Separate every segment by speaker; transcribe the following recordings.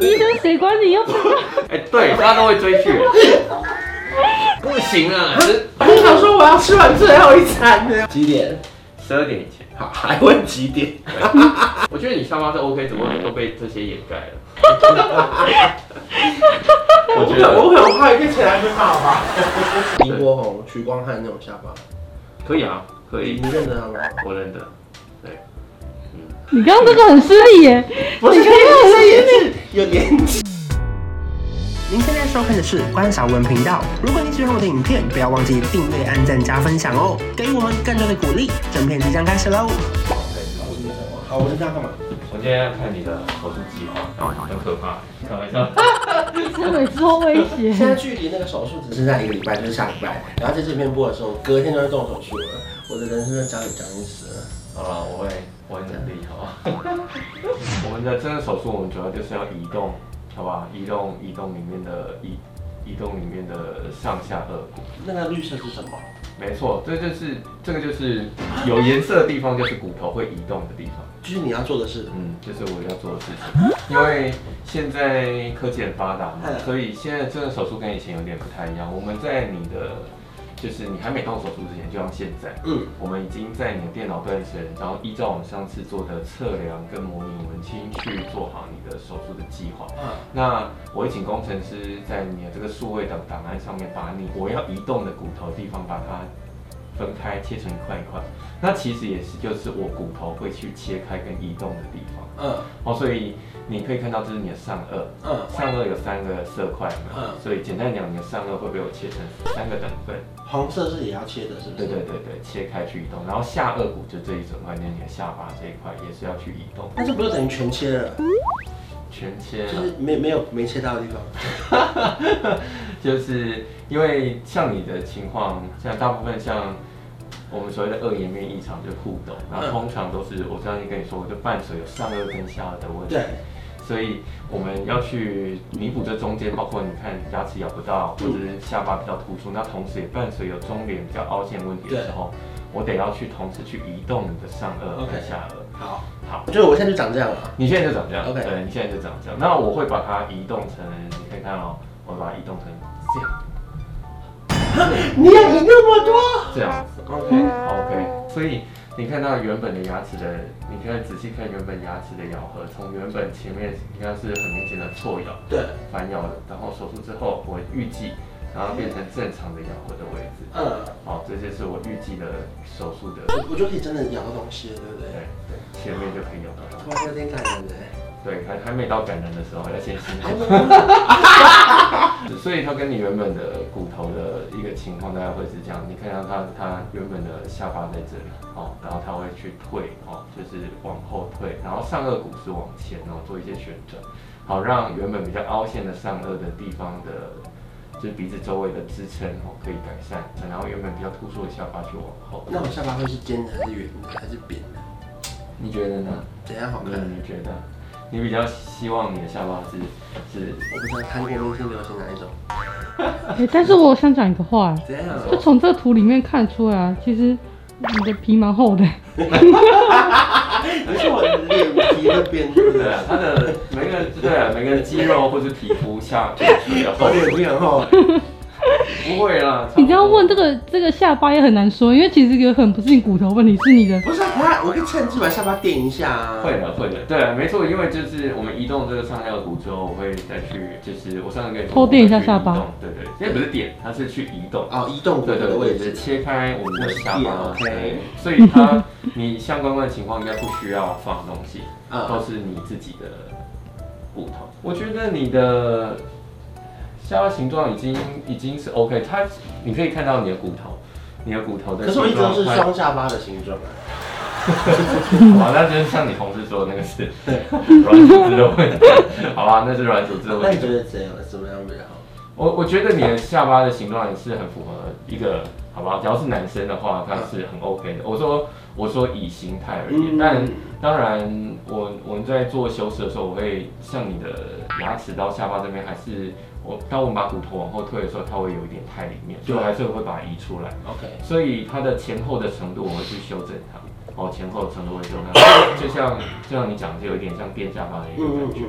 Speaker 1: 医生谁管你要不要？
Speaker 2: 哎、对，大家都会追剧，不行啊，
Speaker 3: 我想说我要吃完最后一餐呢。几点？
Speaker 2: 十二点以前。
Speaker 3: 好，还问几点？
Speaker 2: 我觉得你下巴是 OK，怎么都被这些掩盖了？ 我觉得
Speaker 3: 我可能怕一个起来就好 吧。林国宏、许光汉那种下巴，
Speaker 2: 可以啊，可以
Speaker 3: 你，认得他吗？
Speaker 2: 我认得。
Speaker 1: 你刚刚这个很失礼耶，
Speaker 3: 不
Speaker 1: 是
Speaker 3: 是，
Speaker 1: 可以认得
Speaker 3: 也是有年纪。
Speaker 4: 您现在收看的是关少文频道。如果你喜欢我的影片，不要忘记订阅、按赞、加分享哦，给予我们更多的鼓励。正片即将开始喽！
Speaker 3: 好，我是他干嘛？
Speaker 2: 我今天要看你的手术计划，很可怕，开玩笑。
Speaker 1: 真的受威
Speaker 3: 现在
Speaker 1: 胁。
Speaker 3: 距离那个手术只剩下一个礼拜，就是下礼拜。然后在这边播的时候，隔天就会动手术了。我的人生就交给蒋医师了。
Speaker 2: 好了，我会，我会努力，好吧？ 我们的这个手术，我们主要就是要移动，好吧？移动，移动里面的移，移动里面的上下颚骨。
Speaker 3: 那个绿色是什么？
Speaker 2: 没错，这就是这个就是有颜色的地方，就是骨头会移动的地方。
Speaker 3: 就是你要做的事。
Speaker 2: 嗯，这是我要做的事情。因为现在科技很发达嘛，
Speaker 3: 嗯
Speaker 2: 所以现在这个手术跟以前有点不太一样。我们在你的就是你还没动手术之前，就像现在，
Speaker 3: 嗯，
Speaker 2: 我们已经在你的电脑本身，然后依照我们上次做的测量跟模拟文清去做好你的手术的计划。
Speaker 3: 嗯
Speaker 2: 那我会请工程师在你的这个数位档档案上面，把你我要移动的骨头地方把它分开切成一块一块。那其实也是就是我骨头会去切开跟移动的地方。
Speaker 3: 嗯
Speaker 2: 哦，所以你可以看到这是你的上颚，
Speaker 3: 嗯，
Speaker 2: 上颚有三个色块嘛，
Speaker 3: 嗯
Speaker 2: 所以简单讲，你的上颚会被我切成三个等份，
Speaker 3: 红色是也要切的，是不
Speaker 2: 对
Speaker 3: 是？
Speaker 2: 对对对，切开去移动，然后下颚骨就这一整块，那你的下巴这一块也是要去移动，
Speaker 3: 那这不就等于全切了？
Speaker 2: 全切
Speaker 3: 就
Speaker 2: 了
Speaker 3: 是没没有没切到的地方。
Speaker 2: 就是因为像你的情况，像大部分像我们所谓的二颜面异常就是互动，然后
Speaker 3: 嗯
Speaker 2: 通常都是我刚才跟你说，就伴随有上颚跟下颚的问题。
Speaker 3: 对，
Speaker 2: 所以我们要去弥补这中间，包括你看牙齿咬不到，
Speaker 3: 嗯
Speaker 2: 或者是下巴比较突出，那同时也伴随有中脸比较凹陷问题的时候，我得要去同时去移动你的上颚
Speaker 3: OK
Speaker 2: 跟下颚。
Speaker 3: 好，
Speaker 2: 好，
Speaker 3: 我觉得我现在就长这样了。
Speaker 2: 你现在就长这样
Speaker 3: OK
Speaker 2: 对，你现在就长这样。那我会把它移动成，你可以看哦，我把它移动成这样，
Speaker 3: 你也赢那么多
Speaker 2: 这样子。
Speaker 3: ？OK，
Speaker 2: OK，所以你看到原本的牙齿的，你看仔细看原本牙齿的咬合，从原本前面应该是很明显的错咬，
Speaker 3: 对，
Speaker 2: 反咬的，然后手术之后我预计，然后变成正常的咬合的位置。
Speaker 3: 嗯，
Speaker 2: 好，这就是我预计的手术的，
Speaker 3: 我就可以真的咬到东西了，对不
Speaker 2: 对
Speaker 3: 对？
Speaker 2: 对，前面就可以咬到。
Speaker 3: 突然有点感人嘞。
Speaker 2: 对，还还没到感人的时候，要先辛
Speaker 3: 还
Speaker 2: 苦。
Speaker 3: 没有
Speaker 2: 所以它跟你原本的骨头的一个情况大概会是这样，你看到它它原本的下巴在这里，哦，然后它会去退，哦，就是往后退，然后上颚骨是往前，然后做一些旋转，好让原本比较凹陷的上颚的地方的，就是鼻子周围的支撑哦可以改善，然后原本比较突出的下巴去往后。
Speaker 3: 那我下巴会是尖的还是圆的还是扁的？
Speaker 2: 你觉得呢？
Speaker 3: 怎样好
Speaker 2: 你
Speaker 3: 看？
Speaker 2: 你觉得？你比较希望你的下巴是是
Speaker 3: 我不知道韩国明星流行哪一种。
Speaker 1: 哎，但是我想讲一个话，
Speaker 3: 怎样？
Speaker 1: 就从这图里面看出来啊，其实你的皮蛮厚的。
Speaker 3: 你说我的脸皮都变对不
Speaker 2: 对
Speaker 3: 对？
Speaker 2: 啊，他的每个对啊，每个肌肉或是皮肤下皮比较厚
Speaker 3: 我，脸皮很厚。
Speaker 2: 哦不会啦。
Speaker 1: 你这样问这个这个下巴也很难说，因为其实有很不是你骨头问题，是你的。
Speaker 3: 不是啊，他我可以趁机把下巴垫一下啊。
Speaker 2: 会的，会的，对啊，没错，因为就是我们移动这个上颚骨之后，我会再去，就是我上次跟你说
Speaker 1: 偷垫一下下巴
Speaker 2: 我会去移动对对，因为不是点，它是去移动，
Speaker 3: 哦，移动骨
Speaker 2: 对
Speaker 3: 头
Speaker 2: 对
Speaker 3: 的
Speaker 2: 对，
Speaker 3: 位
Speaker 2: 就是
Speaker 3: 置。
Speaker 2: 切开我们的下
Speaker 3: 我是
Speaker 2: 巴，
Speaker 3: 点，OK
Speaker 2: 对，所以它你相关的情况应该不需要放东西，都
Speaker 3: 啊，
Speaker 2: 是你自己的骨头。我觉得你的下巴形状已经已经是 OK，它你可以看到你的骨头，你的骨头的
Speaker 3: 可是我一
Speaker 2: 形
Speaker 3: 直都
Speaker 2: 状
Speaker 3: 是
Speaker 2: 它
Speaker 3: 双下巴的形状啊。
Speaker 2: 好吧，那就是像你同事说的那个 是软组织的问题。好吧，那是软组织的
Speaker 3: 那
Speaker 2: 问
Speaker 3: 你
Speaker 2: 题。
Speaker 3: 觉得怎样怎么样比较好？
Speaker 2: 我我觉得你的下巴的形状也是很符合一个，好吧，只要是男生的话，他是很 OK 的。我说我说以形态而
Speaker 3: 嗯
Speaker 2: 言，但当然我我们在做修饰的时候，我会像你的牙齿到下巴这边还是。我当我们把骨头往后退的时候，它会有一点太里面，所以我还是会把它移出来。
Speaker 3: OK，
Speaker 2: 所以它的前后的程度我会去修正它，哦，前后的程度会修正它，就像就像你讲，就有一点像垫下巴的一个
Speaker 3: 嗯
Speaker 2: 感
Speaker 3: 嗯
Speaker 2: 觉。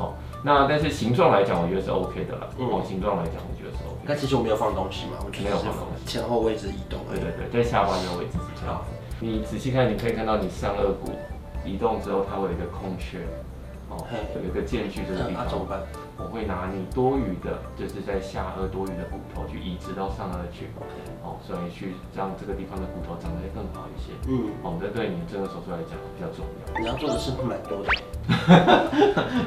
Speaker 3: 嗯，
Speaker 2: 那但是形状来讲，我觉得是 OK 的啦。
Speaker 3: 嗯
Speaker 2: 哦，形状来讲，我觉得是 OK 的。
Speaker 3: 那其实我没有放东西嘛，我就是
Speaker 2: 没有放东西
Speaker 3: 前后位置移动而
Speaker 2: 对
Speaker 3: 已。
Speaker 2: 对对，在下巴的位置是这样子。你仔细看，你可以看到你上颚骨移动之后，它会有一个空缺，哦
Speaker 3: 嘿，啊
Speaker 2: 有一个间距这个地
Speaker 3: 那、
Speaker 2: 方。
Speaker 3: 怎么办？
Speaker 2: 我会拿你多余的，就是在下颚多余的骨头去移植到上颚去，哦，所以去让这个地方的骨头长得更好一些。
Speaker 3: 嗯，
Speaker 2: 哦，这对你这个手术来讲比较重要。
Speaker 3: 你要做的事蛮多的。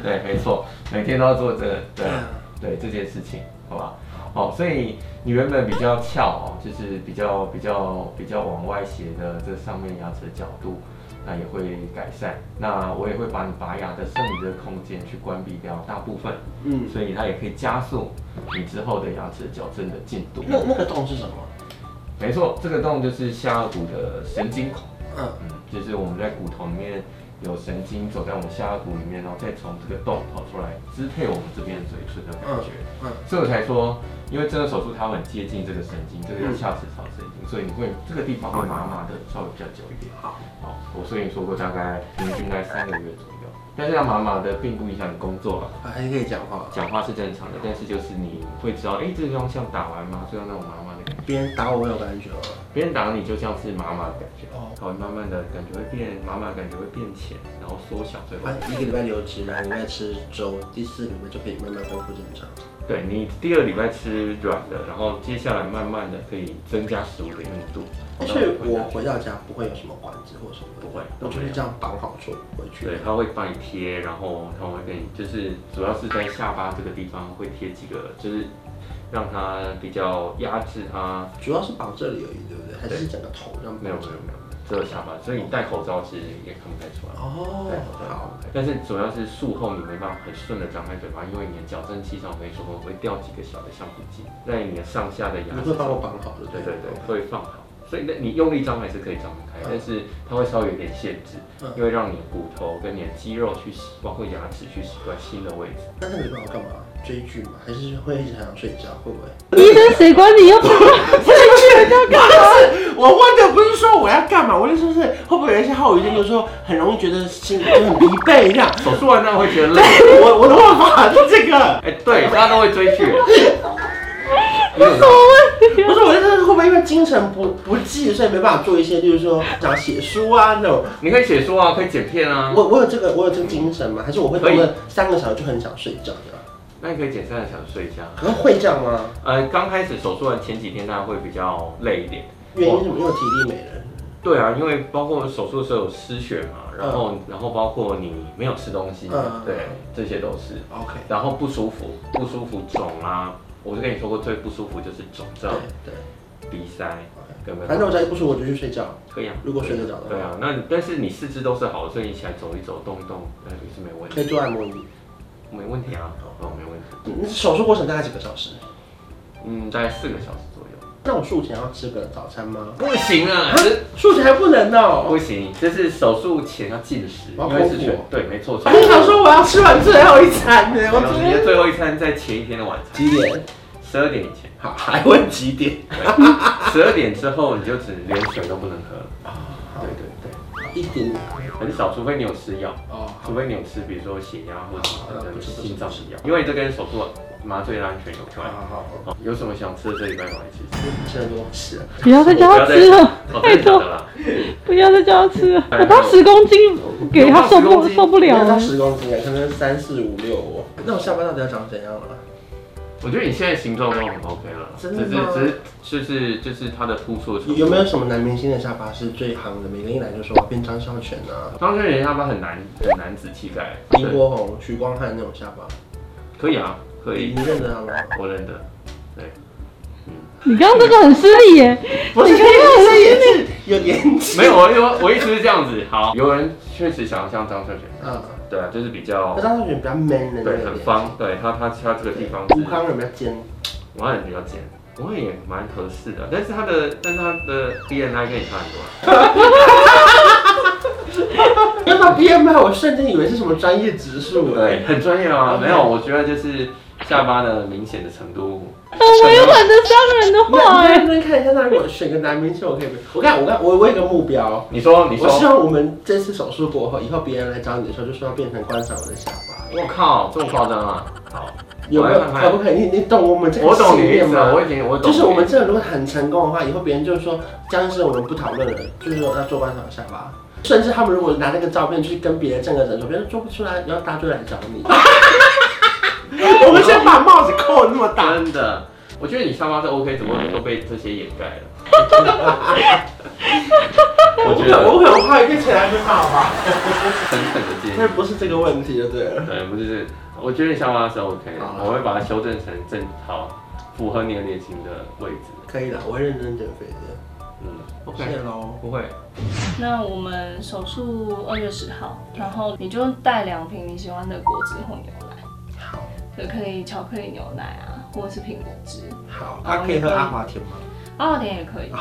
Speaker 2: 对，没错，每天都要做这个，对
Speaker 3: 啊，
Speaker 2: 对这件事情，好吧？哦，所以你原本比较翘哦，就是比较比较比较往外斜的这上面牙齿的角度，那也会改善。那我也会把你拔牙的剩余的空间去关闭掉大部分，
Speaker 3: 嗯，
Speaker 2: 所以它也可以加速你之后的牙齿矫正的进度。
Speaker 3: 那那个洞是什么？
Speaker 2: 没错，这个洞就是下颚骨的神经孔，
Speaker 3: 嗯，
Speaker 2: 嗯，就是我们在骨头里面有神经走在我们下颚骨里面，然后再从这个洞跑出来，支配我们这边嘴唇的感觉。
Speaker 3: 嗯
Speaker 2: 嗯
Speaker 3: 嗯，
Speaker 2: 所以我才说，因为这个手术它很接近这个神经，这个叫下齿槽神经，所以你会这个地方会麻麻的，稍微比较久一点。
Speaker 3: 好，
Speaker 2: 好，我所以说过大概平均在三个月左右，但是它麻麻的并不影响你工作啊。
Speaker 3: 还可以讲话，
Speaker 2: 讲话是正常的，但是就是你会知道，哎、这个地方像打完麻醉那种麻麻的感觉，
Speaker 3: 别人打我，我有感觉哦。
Speaker 2: 别人打你就像是麻麻的感觉，
Speaker 3: 哦
Speaker 2: 哦，它会慢慢的感觉会变麻麻，感觉会变浅，然后缩小最后
Speaker 3: 反，啊正一个礼拜留职，两个礼拜吃粥，第四个礼拜就可以慢慢恢复正常。
Speaker 2: 对你第二礼拜吃软的，然后接下来慢慢的可以增加食物的硬度，
Speaker 3: 但
Speaker 2: 然后
Speaker 3: 是
Speaker 2: 会
Speaker 3: 我回到家不会有什么管子或什么的，
Speaker 2: 不会
Speaker 3: 我就是这样绑好就回去。
Speaker 2: 对，他会帮你贴，然后他会给你，就是主要是在下巴这个地方会贴几个，就是让它比较压制它
Speaker 3: 主要是绑这里而已，对不对？还是整个头这样绑着？
Speaker 2: 没有没有没有，只有下巴，所以你戴口罩其实也看不太出来。
Speaker 3: 哦
Speaker 2: 戴口，罩
Speaker 3: 好，，
Speaker 2: 但是主要是术后你没办法很顺的张开嘴巴，因为你的矫正器上我跟你说过会掉几个小的橡皮筋，在你的上下的牙
Speaker 3: 你
Speaker 2: 齿
Speaker 3: 会帮我绑好的，
Speaker 2: 对
Speaker 3: 不
Speaker 2: 对对，会放好。所以那你用力张还是可以张得开，但是它会稍微有点限制
Speaker 3: 嗯，
Speaker 2: 因为让你的骨头跟你的肌肉去习，包括牙齿去习惯新的位置。
Speaker 3: 那那个礼拜我干嘛？追剧吗？还是会一直很想睡觉？会不会？
Speaker 1: 医生谁管你又不
Speaker 3: 我问的不是说我要干嘛，我的意思是会不会有一些后遗症，就是说很容易觉得心里就很疲惫这样。
Speaker 2: 手术完那会觉得 累，
Speaker 3: 我我的办法是这个，
Speaker 2: 哎，对，大家都会追剧。
Speaker 3: 不是我的意思是会不会因为精神不不济，所以没办法做一些，就是说想写书啊那种。
Speaker 2: 你可以写书啊，可以剪片啊，
Speaker 3: 我我有这个我有这个精神吗？还是我会动了三个小时就很想睡觉这样？
Speaker 2: 那你可以剪三个小时睡一下。
Speaker 3: 可是会这样吗？
Speaker 2: 呃，刚开始手术完前几天当然会比较累一点。
Speaker 3: 原因是什么？因为我体力没了。
Speaker 2: 对啊，因为包括手术的时候有失血嘛，然后、然后包括你没有吃东西，
Speaker 3: 嗯
Speaker 2: 对，这些都是。
Speaker 3: OK，
Speaker 2: 然后不舒服，不舒服肿啊，我就跟你说过最不舒服就是肿
Speaker 3: 对
Speaker 2: 胀、
Speaker 3: 对。
Speaker 2: 鼻塞，跟
Speaker 3: 反正
Speaker 2: 个
Speaker 3: 我再不舒服我就去睡觉。
Speaker 2: 可以啊。
Speaker 3: 如果睡得着的
Speaker 2: 对
Speaker 3: 话，
Speaker 2: 啊，那你但是你四肢都是好的，所以你起来走一走、动一动，呃，也是没问
Speaker 3: 可以
Speaker 2: 题，
Speaker 3: 做按摩椅。
Speaker 2: 没问题啊，哦，没问题。
Speaker 3: 嗯手术过程大概几个小时？
Speaker 2: 嗯，大概四个小时左右。
Speaker 3: 那我术前要吃个早餐吗？
Speaker 2: 不行啊，
Speaker 3: 啊术前还不能哦、
Speaker 2: 不行，就是手术前要禁食，
Speaker 3: 哇
Speaker 2: 因为是
Speaker 3: 空腹
Speaker 2: 全
Speaker 3: 哦
Speaker 2: 对，没错。
Speaker 3: 我想说我要吃完最后一餐呢，我
Speaker 2: 然后
Speaker 3: 今
Speaker 2: 你的
Speaker 3: 天
Speaker 2: 最后一餐在前一天的晚餐，
Speaker 3: 几点？
Speaker 2: 十二点以前，
Speaker 3: 好，还问几点？
Speaker 2: 十二点之后你就只连水都不能喝。
Speaker 3: 啊
Speaker 2: 对对对，
Speaker 3: 一点
Speaker 2: 很少，除非你有吃药，
Speaker 3: 哦，
Speaker 2: 除非你有吃，比如说血压或者什么
Speaker 3: 啊不
Speaker 2: 的
Speaker 3: 是不是啊
Speaker 2: 心脏的药，因为这跟手术麻醉的安全有
Speaker 3: 好
Speaker 2: 关。
Speaker 3: 好好，
Speaker 2: 好有什么想吃的这礼拜买一起吃。
Speaker 3: 吃很多吃，
Speaker 1: 不要再叫他吃啊了，
Speaker 2: 哦，
Speaker 1: 太
Speaker 2: 真的假
Speaker 1: 多
Speaker 2: 的，啦？
Speaker 1: 不要再叫他吃了，
Speaker 2: 哎
Speaker 1: 我到十公斤给他受
Speaker 2: 有
Speaker 1: 不
Speaker 2: 到10公斤
Speaker 1: 受不
Speaker 3: 没
Speaker 1: 了
Speaker 3: 有
Speaker 1: 了
Speaker 3: 到。十公斤啊，可能三四五六哦。那我下巴到底要长怎样了？
Speaker 2: 我觉得你现在形状都很 OK 了啦，
Speaker 3: 真
Speaker 2: 只
Speaker 3: 的
Speaker 2: 是
Speaker 3: 吗
Speaker 2: 只是就是就是它的突出的程
Speaker 3: 有
Speaker 2: 度
Speaker 3: 有没有什么男明星的下巴是最行的？每个一来就说变张孝全啊，
Speaker 2: 张学友下巴很难很难仔细盖，
Speaker 3: 林
Speaker 2: 对
Speaker 3: 柏宏、徐光汉那种下巴，
Speaker 2: 可以啊，可以
Speaker 3: 你，认得他吗？
Speaker 2: 我认得。对，
Speaker 1: 你刚刚这个很失礼耶，
Speaker 3: 不是，这也是有年纪。
Speaker 2: 没有，我我我意思是这样子。好，有人确实想要像张孝全，
Speaker 3: 嗯，
Speaker 2: 对啊，就是比较
Speaker 3: 那张孝全比较 man 的那
Speaker 2: 对
Speaker 3: 个
Speaker 2: 很
Speaker 3: 脸，
Speaker 2: 方，对他他他这个地方
Speaker 3: 吴
Speaker 2: 是，
Speaker 3: 康仁比较尖。
Speaker 2: 我汉比较尖，我汉也蛮合适的，啊但是他的但是他的 BMI 跟你差很多啊。
Speaker 3: 看到 BMI，我瞬间以为是什么专业指数哎。
Speaker 2: 对，很专业啊。
Speaker 3: OK
Speaker 2: 没有，我觉得就是下巴的明显的程度，
Speaker 1: 很委婉的伤人的话、
Speaker 3: 那
Speaker 1: 哎
Speaker 3: 那那看一下，那如果选个男明星，我可以不。我看，我看，我我有个目标，
Speaker 2: 你说你
Speaker 3: 我希
Speaker 2: 说，
Speaker 3: 望我们这次手术过后，以后别人来找你的时候，就说要变成观赏我的下巴，
Speaker 2: 我靠，这么夸张啊？好，
Speaker 3: 有没有
Speaker 2: 我来看？看
Speaker 3: 可不可以？你你懂我们这个
Speaker 2: 我懂
Speaker 3: 信
Speaker 2: 你的意
Speaker 3: 念
Speaker 2: 思啊
Speaker 3: 吗
Speaker 2: 了，我已经我
Speaker 3: 就
Speaker 2: 懂你的意思，
Speaker 3: 是我们这如果很成功的话，以后别人就是说僵尸我们不讨论了，就是说要做观赏下巴。甚至他们如果拿那个照片去跟别人正个诊所，别人做不出来，然后大家就来找你。我们先把帽子扣那么大，
Speaker 2: 真的，我觉得你下巴是 OK，怎么都被这些掩盖了？ 我觉得
Speaker 3: 我可能怕一个起来就好吧。
Speaker 2: 狠狠的建
Speaker 3: 那
Speaker 2: 议，
Speaker 3: 不是这个问题就对了。
Speaker 2: 对，不是，我觉得你下巴是 OK，的
Speaker 3: 好啦
Speaker 2: 我会把它修正成正好，符合你的脸型的位置。
Speaker 3: 可以的，我会认真减肥的。
Speaker 2: 嗯
Speaker 3: 谢喽。
Speaker 2: 不会，
Speaker 5: 那我们手术二月十号，然后你就带两瓶你喜欢的果汁或牛奶，
Speaker 3: 好，
Speaker 5: 对，可以巧克力牛奶啊，或者是苹果汁，
Speaker 3: 好，那、可以喝阿华田吗？
Speaker 5: 阿
Speaker 1: 啊
Speaker 5: 华田也可以，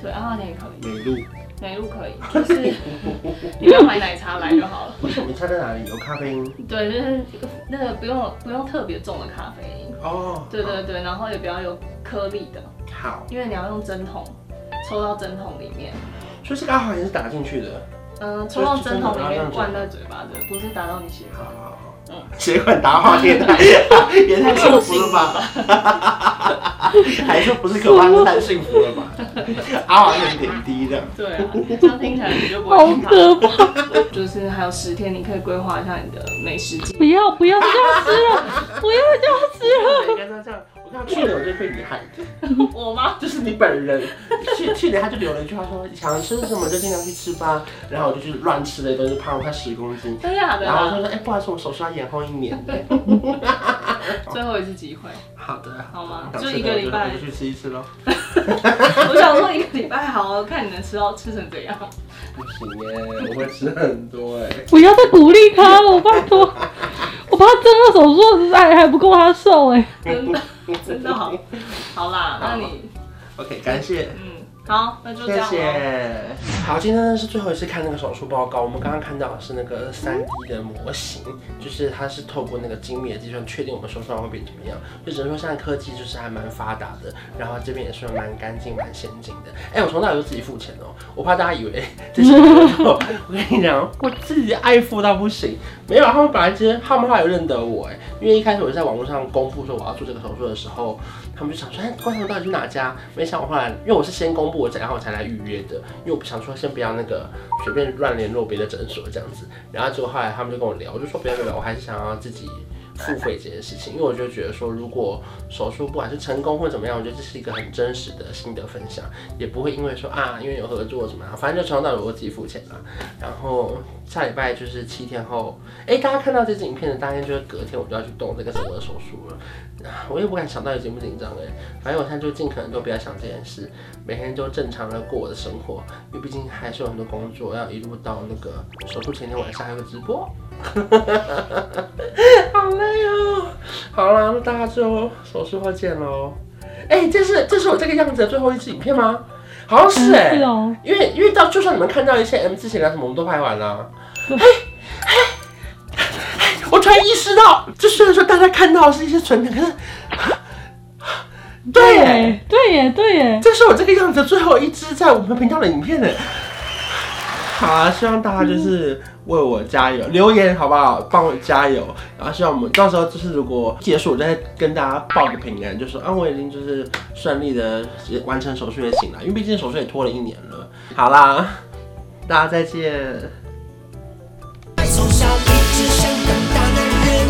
Speaker 5: 对，阿华田也可以，
Speaker 3: 美露，
Speaker 5: 美露可以，就是你要买奶茶来就好了。
Speaker 3: 不是，你猜在哪里？有咖啡因。
Speaker 5: 对，就是那个不用不用特别重的咖啡因，
Speaker 3: 哦，
Speaker 5: 对对对，然后也不要有颗粒的，
Speaker 3: 好，
Speaker 5: 因为你要用针筒抽到针筒里面，
Speaker 3: 所以这个阿华田是打进去的。
Speaker 5: 嗯、抽到针筒里面灌在嘴巴的，不是打到你血
Speaker 3: 好
Speaker 5: 管。
Speaker 3: 好好。
Speaker 5: 嗯
Speaker 3: 血管打花 天台，也太幸福了吧？ 还说不是可怕，是太幸福了吧？ 阿华田点滴的，
Speaker 5: 对啊，这样听起来你就不会
Speaker 1: 好
Speaker 5: 害
Speaker 1: 可怕！
Speaker 5: 怕。就是还有十天，你可以规划一下你的美食 计
Speaker 1: 不要不要消失了，不要消失了！
Speaker 3: 应该说这样。我看去年我就被你害的，
Speaker 5: 划。我吗？
Speaker 3: 就是你本人。去去年他就留了一句话说，想吃什么就尽量去吃吧。然后我就去乱吃了一顿，就胖了快十公斤。
Speaker 5: 真假的
Speaker 3: 然后他
Speaker 5: 啊？
Speaker 3: 说：“哎、不好意思，我手术要延后一年。
Speaker 5: 最后一次机会，”
Speaker 3: 好的，
Speaker 5: 好吗？
Speaker 3: 想
Speaker 5: 就
Speaker 3: 吃
Speaker 5: 一个
Speaker 3: 的
Speaker 5: 礼拜
Speaker 3: 我就，去吃一次喽。
Speaker 5: 我想说一个礼拜好，看你能吃到吃成怎样。
Speaker 3: 不行耶，我会吃很多哎。
Speaker 1: 不要再鼓励他了，拜托！我怕真的手术还还不够他瘦哎、
Speaker 5: 真的，真的好，好啦，那你，
Speaker 3: OK，感谢。
Speaker 5: 嗯，好，那就这
Speaker 3: 谢
Speaker 5: 样咯
Speaker 3: 谢。好，今天呢是最后一次看那个手术报告。我们刚刚看到的是那个三 D 的模型，就是它是透过那个精密的计算确定我们手术完会变怎么样。就只能说现在科技就是还蛮发达的，然后这边也算蛮干净、蛮先进的。哎、我从那里就自己付钱哦、我怕大家以为这是 我跟你讲，我自己爱付到不行。没有，他们本来其实他们后来有认得我哎、因为一开始我在网络上公布说我要做这个手术的时候，他们就想说，哎，观众到底去哪家？没想我后来，因为我是先公布我诊，然后我才来预约的，因为我不想说先不要那个随便乱联络别的诊所这样子。然后结果后来他们就跟我聊，我就说不要不要不要，我还是想要自己付费这件事情，因为我就觉得说，如果手术不管是成功或怎么样，我觉得这是一个很真实的心得分享，也不会因为说啊，因为有合作什么、啊，反正就从头到尾我自己付钱啦。然后下礼拜就是七天后，哎，大家看到这支影片的大概就是隔天我就要去动这个整个手术了。啊我也不敢想到有紧不紧张哎，反正我现在就尽可能都不要想这件事，每天都正常的过我的生活，因为毕竟还是有很多工作要一路到那个手术前天晚上还有个直播， 好累哦。好啦，那大家就手术后见喽。哎、这是这是我这个样子的最后一支影片吗？好像是哎、
Speaker 1: 是哦，
Speaker 3: 因为因为到就算你们看到一些 M 字型啊的什么，我们都拍完了。哎哎哎！我突然意识到，就虽然说大家看到的是一些纯的，可是，对耶，
Speaker 1: 对耶对耶，
Speaker 3: 这是我这个样子最后一支在我们频道的影片呢。好啊，希望大家就是为我加油，留言好不好？帮我加油。然后希望我们到时候就是如果结束，我再跟大家报个平安，就说啊，我已经就是顺利的完成手术也行了，因为毕竟手术也拖了一年了。好啦，大家再见。
Speaker 6: 从小一直想当大男人，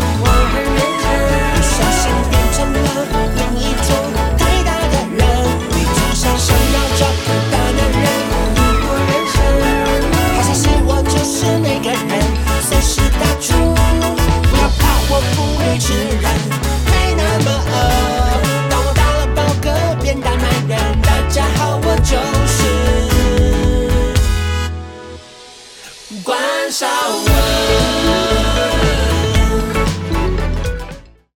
Speaker 6: 不小心变成了另一种太大的人。你总想想要找个大男人度过人生，好像是我就是那个人，随时打住，不要怕，我不会吃人，没那么饿。当我打了饱嗝变大男人，大家好，我就是关少文。